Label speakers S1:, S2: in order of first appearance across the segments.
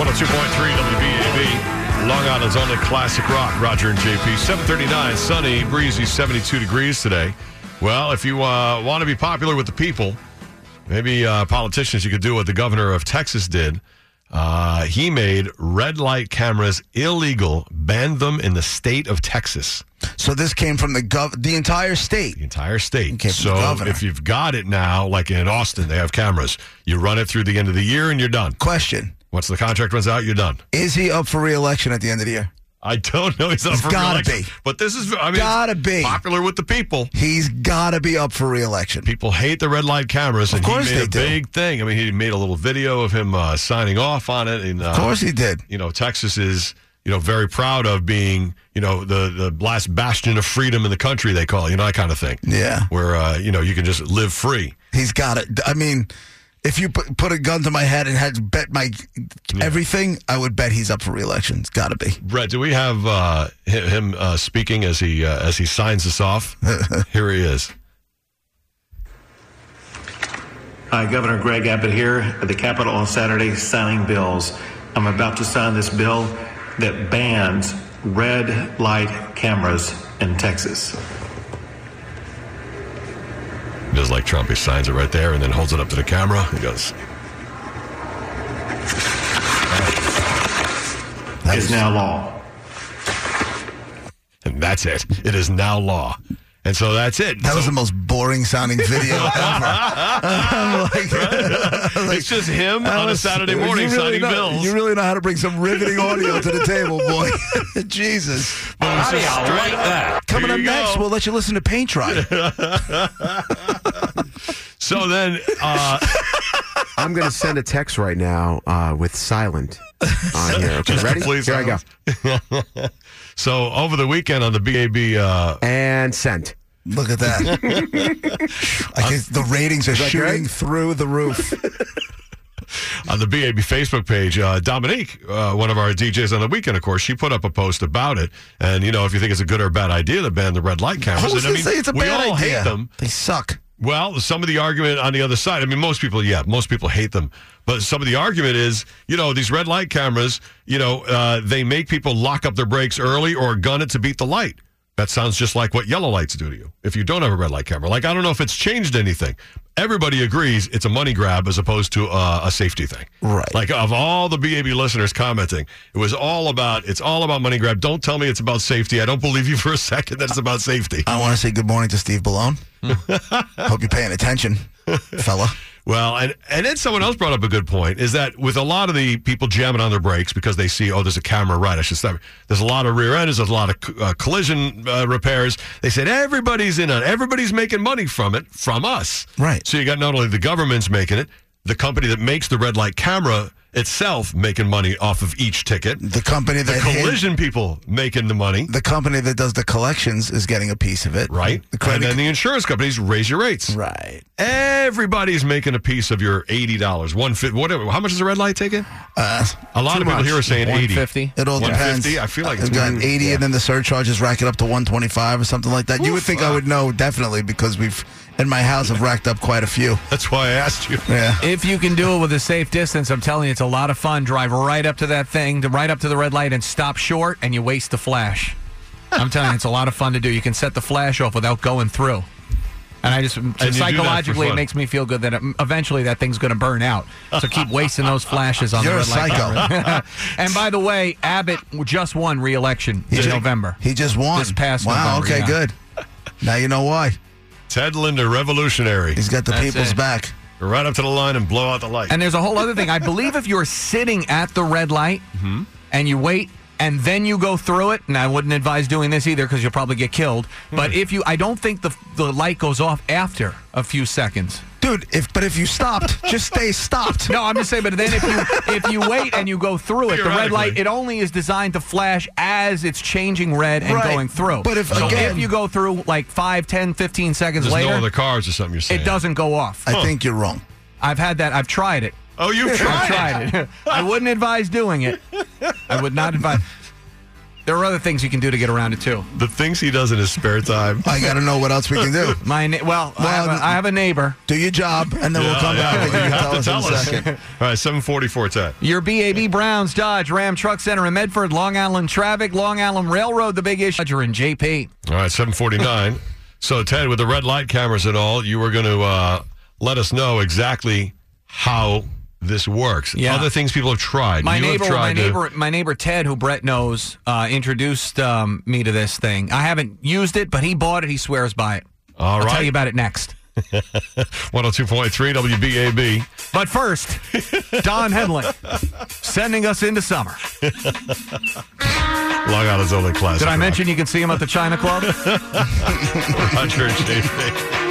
S1: 102.3 WBAB, Long Island's only classic rock, Roger and JP. 739, sunny, breezy, 72 degrees today. Well, if you uh, want to be popular with the people, maybe uh, politicians, you could do what the governor of Texas did. Uh, he made red light cameras illegal, banned them in the state of Texas,
S2: So this came from the gov the entire state.
S1: the entire state.
S2: Okay, from the
S1: so
S2: governor.
S1: if you've got it now, like in Austin, they have cameras. You run it through the end of the year and you're done.
S2: Question:
S1: Once the contract runs out, you're done.
S2: Is he up for reelection at the end of the year?
S1: I don't know. He's up
S2: He's
S1: for
S2: gotta
S1: re-election.
S2: be.
S1: But this is, I mean,
S2: Gotta
S1: it's
S2: be.
S1: popular with the people.
S2: He's got to be up for reelection.
S1: People hate the red light cameras, and
S2: course
S1: he made
S2: they
S1: a
S2: do.
S1: big thing. I mean, he made a little video of him uh, signing off on it. And, uh,
S2: Of course he did.
S1: you know, Texas is, you know, very proud of being, you know, the, the last bastion of freedom in the country, they call it, you know, that kind of thing.
S2: Yeah.
S1: Where, uh, you know, you can just live free.
S2: He's got it. I mean, if you put, put a gun to my head and had to bet my everything, I would bet he's up for reelection. It's got to be.
S1: Brett, do we have uh, hi- him uh, speaking as he uh, as he signs us off? Here he is.
S3: Hi, Uh, Governor Greg Abbott here at the Capitol on Saturday signing bills. I'm about to sign this bill that bans red light cameras in Texas.
S1: Just like Trump, he signs it right there and then holds it up to the camera and goes,
S3: It's now law.
S1: and that's it. It is now law. And so that's it.
S2: That was
S1: So
S2: the most boring sounding video ever. I'm like, I'm like,
S1: it's just him
S2: that
S1: on a
S2: was-
S1: Saturday
S2: you
S1: morning
S2: really
S1: signing
S2: know,
S1: bills.
S2: You really know how to bring some riveting audio to the table, boy. Jesus.
S1: How do you like that?
S2: Coming up next, we'll let you listen to Paint Dry.
S1: so then, uh,
S4: I'm going to send a text right now uh, with silent on here. Okay,
S1: Just
S4: ready? Here
S1: complete
S4: I go.
S1: silence. so over the weekend on the BAB, uh,
S4: And sent.
S2: Look at that. I guess the ratings are
S4: that
S2: shooting
S4: great?
S2: through the roof.
S1: on the BAB Facebook page, uh, Dominique, uh, one of our DJs on the weekend, of course, she put up a post about it. And you know, if you think it's a good or bad idea to ban the red light cameras, and
S2: Who's
S1: I
S2: to
S1: mean,
S2: say it's a
S1: we
S2: bad
S1: all
S2: idea?
S1: hate them.
S2: They suck.
S1: Well, some of the argument on the other side, I mean, most people, yeah, most people hate them. But some of the argument is, you know, these red light cameras, you know, uh, they make people lock up their brakes early or gun it to beat the light. That sounds just like what yellow lights do to you if you don't have a red light camera. Like, I don't know if it's changed anything. Everybody agrees it's a money grab as opposed to uh, a safety thing.
S2: Right.
S1: Like, of all the BAB listeners commenting, it was all about, it's all about money grab. Don't tell me it's about safety. I don't believe you for a second that it's about safety.
S2: I want to say good morning to Steve Balone. Hope you're paying attention, fella.
S1: Well, and and then someone else brought up a good point is that with a lot of the people jamming on their brakes because they see oh there's a camera right I should stop. There's a lot of rear enders, there's a lot of uh, collision uh, repairs. They said everybody's in on it. everybody's making money from it from us.
S2: Right.
S1: So you got not only the government's making it, the company that makes the red light camera itself making money off of each ticket.
S2: The company that hand-
S1: Collision people making the money,
S2: the company that does the collections is getting a piece of it.
S1: right?
S2: The
S1: and
S2: credit
S1: then the insurance companies raise your rates.
S2: right.
S1: Everybody's making a piece of your eighty dollars, one fifty, whatever. How much is a red light ticket? a lot of people here are saying eighty.
S5: 150.
S2: It all depends.
S1: 150? I feel like
S2: I've
S1: it's
S2: got
S1: more-
S2: 80 and then the surcharges rack it up to 125 or something like that. you would
S1: Oof.
S2: think I would know definitely because we've in my house I've racked up quite a few.
S1: That's why I asked you.
S2: Yeah.
S5: If you can do it with a safe distance, I'm telling you, it's a lot of fun. Drive right up to that thing, to- right up to the red light, and stop short, and you waste the flash. I'm telling you, it's a lot of fun to do. You can set the flash off without going through. And I just
S1: that for
S5: psychologically, it
S1: fun.
S5: makes me feel good that um, eventually that thing's going to burn out. So keep wasting those flashes on
S2: You're a
S5: the red light.
S2: psycho.
S5: camera. and by the way, Abbott just won re-election in November.
S2: He just won.
S5: This past
S2: Wow,
S5: November,
S2: okay,
S5: yeah.
S2: good. Now you know why.
S1: Ted Linder, revolutionary,
S2: He's got the
S5: That's
S2: people's
S5: it.
S2: back.
S1: right up to the line and blow out the light.
S5: And there's a whole other thing. I believe if you're sitting at the red light
S2: Mm-hmm.
S5: and you wait and then you go through it, and I wouldn't advise doing this either because you'll probably get killed. But
S2: Mm-hmm.
S5: if you, I don't think the the light goes off after a few seconds.
S2: Dude, if but if you stopped, just stay stopped.
S5: No, I'm just saying. But then if you if you wait and you go through it, the red light
S1: Theoretically.
S5: it only is designed to flash as it's changing red and
S2: Right.
S5: going through.
S2: But if,
S5: so
S2: again-
S5: if you go through like 5, 10, 15 seconds
S1: There's
S5: later,
S1: no other cars or something you're saying.
S5: it doesn't go off.
S2: I think you're wrong.
S5: I've had that. I've tried it.
S1: Oh, you
S5: I've
S1: tried.
S5: tried it. I wouldn't advise doing it. I would not advise. There are other things you can do to get around it too.
S1: The things he does in his spare time.
S2: I got to know what else we can do.
S5: My na- well, I, have
S2: Well,
S5: a, I have a neighbor.
S2: Do your job, and then we'll
S1: Yeah,
S2: come
S1: yeah,
S2: back. and
S1: you
S2: can
S1: have to
S2: in
S1: tell
S2: a
S1: us.
S2: second.
S1: All right, 744 Ted.
S5: Your BAB Browns, Dodge, Ram Truck Center in Medford, Long Island traffic, Long Island Railroad, the big issue. Dodger and JP.
S1: All right, 749. so, Ted, with the red light cameras and all, you were going to uh, let us know exactly how this works.
S5: Yeah.
S1: Other things people have tried.
S5: My
S1: you
S5: neighbor,
S1: have
S5: my
S1: tried to-
S5: neighbor, my neighbor Ted, who Brett knows, uh, introduced um, me to this thing. I haven't used it, but he bought it. He swears by it.
S1: All
S5: I'll
S1: right.
S5: tell you about it next.
S1: 102.3 WBAB.
S5: But first, Don Henley sending us into summer.
S1: Long Island's only class.
S5: Did I mention you can see him at the China Club?
S1: Roger and JP.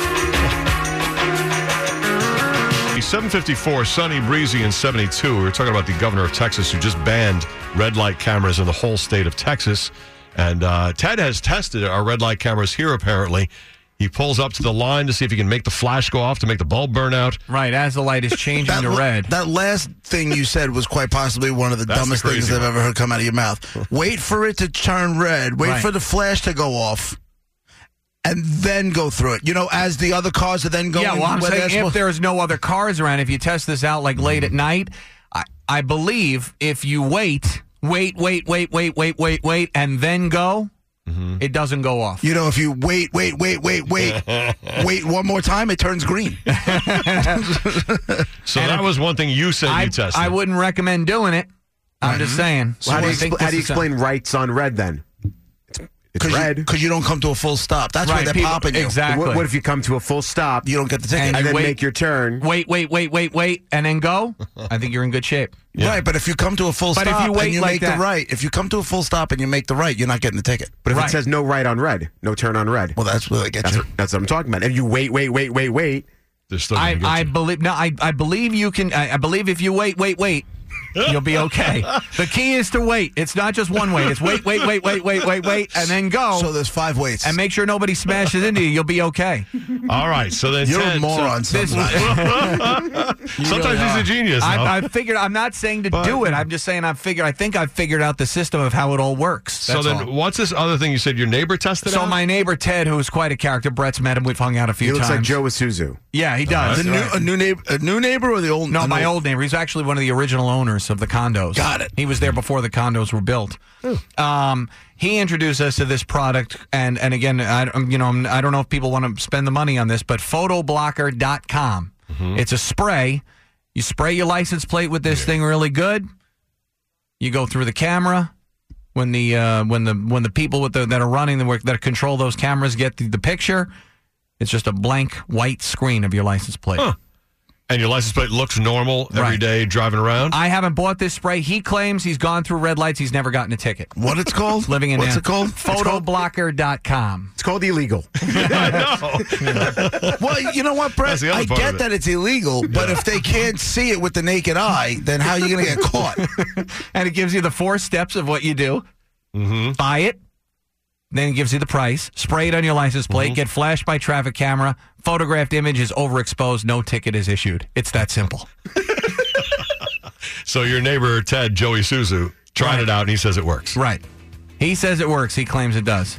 S1: 754, sunny, breezy, and 72. We were talking about the governor of Texas who just banned red light cameras in the whole state of Texas. And uh, Ted has tested our red light cameras here, apparently. He pulls up to the line to see if he can make the flash go off to make the bulb burn out.
S5: right, as the light is changing
S2: That,
S5: to
S2: la-
S5: red.
S2: that last thing you said was quite possibly one of the
S1: That's the
S2: dumbest things
S1: crazy
S2: I've
S1: one.
S2: ever heard come out of your mouth. Wait for it to turn red. Wait
S5: Right.
S2: for the flash to go off, and then go through it. You know, as the other cars are then going.
S5: yeah, well, I'm
S2: where they're
S5: saying if
S2: supposed-
S5: there's no other cars around, if you test this out like late at night, I, I believe if you wait, wait, wait, wait, wait, wait, wait, wait, and then go,
S4: Mm-hmm.
S5: it doesn't go off.
S2: you know, if you wait, wait, wait, wait, wait, wait one more time, it turns green.
S1: So that was one thing you said
S5: I,
S1: you tested.
S5: I wouldn't recommend doing it. I'm just saying.
S4: Well, Mm-hmm. how, do you
S5: So I think
S4: expl- how do you
S5: this is a-
S4: explain rights on red then? It's, it's red.
S2: Because you, don't come to a full stop. That's why
S5: Right,
S2: they're
S5: people-
S2: popping you.
S5: exactly.
S4: what, what if you come to a full stop
S2: You don't get the ticket.
S5: And
S4: and
S5: you
S4: then
S5: wait-
S4: make your turn?
S5: wait, wait, wait, wait, wait, and then go? I think you're in good shape.
S2: Right, but if you come to a full
S5: But if
S2: stop
S5: you wait
S2: and you
S5: like
S2: make
S5: that-
S2: the right, if you come to a full stop and you make the right, you're not getting the ticket.
S4: But if
S5: Right.
S4: it says no right on red, no turn on red.
S2: Well, that's where they get
S4: that's,
S2: you.
S4: what, that's what I'm talking about. And you wait, wait, wait, wait, wait.
S1: They're still gonna
S5: I,
S1: get
S5: I
S1: you.
S5: believe no, I, I believe you can. I, I believe if you wait, wait, wait, you'll be okay. the key is to wait. It's not just one wait. It's wait, wait, wait, wait, wait, wait, wait, and then go
S2: So there's five waits.
S5: and make sure nobody smashes into you. You'll be okay.
S1: All right. So then
S2: You're
S1: Ted,
S2: a moron. sometimes.
S5: This,
S1: sometimes
S5: really
S1: he's
S5: are.
S1: a genius. though.
S5: I, I figured. I'm not saying to do it. I'm just saying I figured. I think I've figured out the system of how it all works.
S1: so
S5: That's
S1: then
S5: all.
S1: what's this other thing you said your neighbor tested
S5: So
S1: out?
S5: my neighbor Ted, who is quite a character, Brett's met him. We've hung out a few
S4: He looks
S5: times.
S4: like Joe Isuzu.
S5: Yeah, he does.
S2: The new, a new neighbor, a new neighbor, or the old?
S5: No,
S2: an
S5: my old neighbor. He's actually one of the original owners of the condos.
S2: Got it.
S5: He was there before the condos were built. Um, he introduced us to this product, and and again, I um, you know I'm, I don't know if people want to spend the money on this, but photoblocker.com.
S2: Mm-hmm.
S5: It's a spray. You spray your license plate with this thing really good. You go through the camera. When the uh, when the when the people with the, that are running the work that control those cameras get the, the picture, it's just a blank white screen of your license plate.
S1: and your license plate looks normal every
S5: Right.
S1: day driving around.
S5: I haven't bought this spray. He claims he's gone through red lights. He's never gotten a ticket.
S2: What it's called?
S5: Living in
S2: What's
S5: Nam-
S2: it called?
S5: Photoblocker.com.
S4: It's called illegal.
S2: Well, you know what,
S1: That's
S2: Brett?
S1: the other
S2: I
S1: part of
S2: get
S1: it.
S2: that it's illegal, but if they can't see it with the naked eye, then how are you going to get caught?
S5: And it gives you the four steps of what you do
S2: Mm-hmm.
S5: buy it, then it gives you the price, spray it on your license plate,
S2: Mm-hmm.
S5: get flashed by traffic camera, photographed image is overexposed, no ticket is issued. It's that simple.
S1: so your neighbor Ted Joey Suzu tried
S5: Right.
S1: it out and he says it works.
S5: Right. He says it works. He claims it does.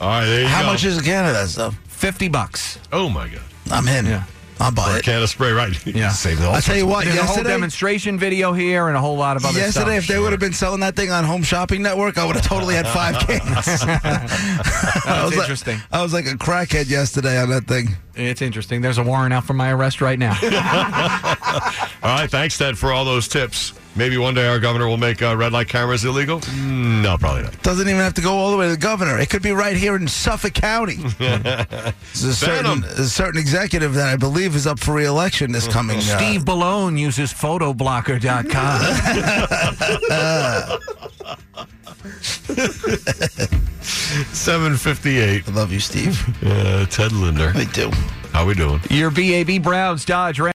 S1: All right, there you
S2: How
S1: go.
S2: much is a can of that stuff?
S5: 50 bucks.
S1: Oh my god,
S2: I'm in.
S5: Yeah.
S2: I'll buy it.
S1: can of spray, right?
S5: Yeah.
S1: Save the
S2: I tell you what,
S5: There's a whole
S2: Oh, yesterday,
S5: demonstration video here and a whole lot of other stuff.
S2: yesterday if they would have been selling that thing on Home Shopping Network, I would have totally had five cans. I was
S5: interesting.
S2: Like, I was like a crackhead yesterday on that thing.
S5: It's interesting. There's a warrant out for my arrest right now.
S1: All right, thanks Ted for all those tips. Maybe one day our governor will make uh, red light cameras illegal. Mm, no, probably not.
S2: Doesn't even have to go all the way to the governor. It could be right here in Suffolk County. There's a
S1: 'em.
S2: certain, a certain executive that I believe is up for reelection this coming uh,
S5: Mm-hmm. Steve Balone uses photoblocker.com.
S1: Seven fifty-eight.
S2: I love you, Steve.
S1: Uh, Ted Linder,
S2: I do.
S1: how we doing?
S5: Your BAB Browns Dodge Ram.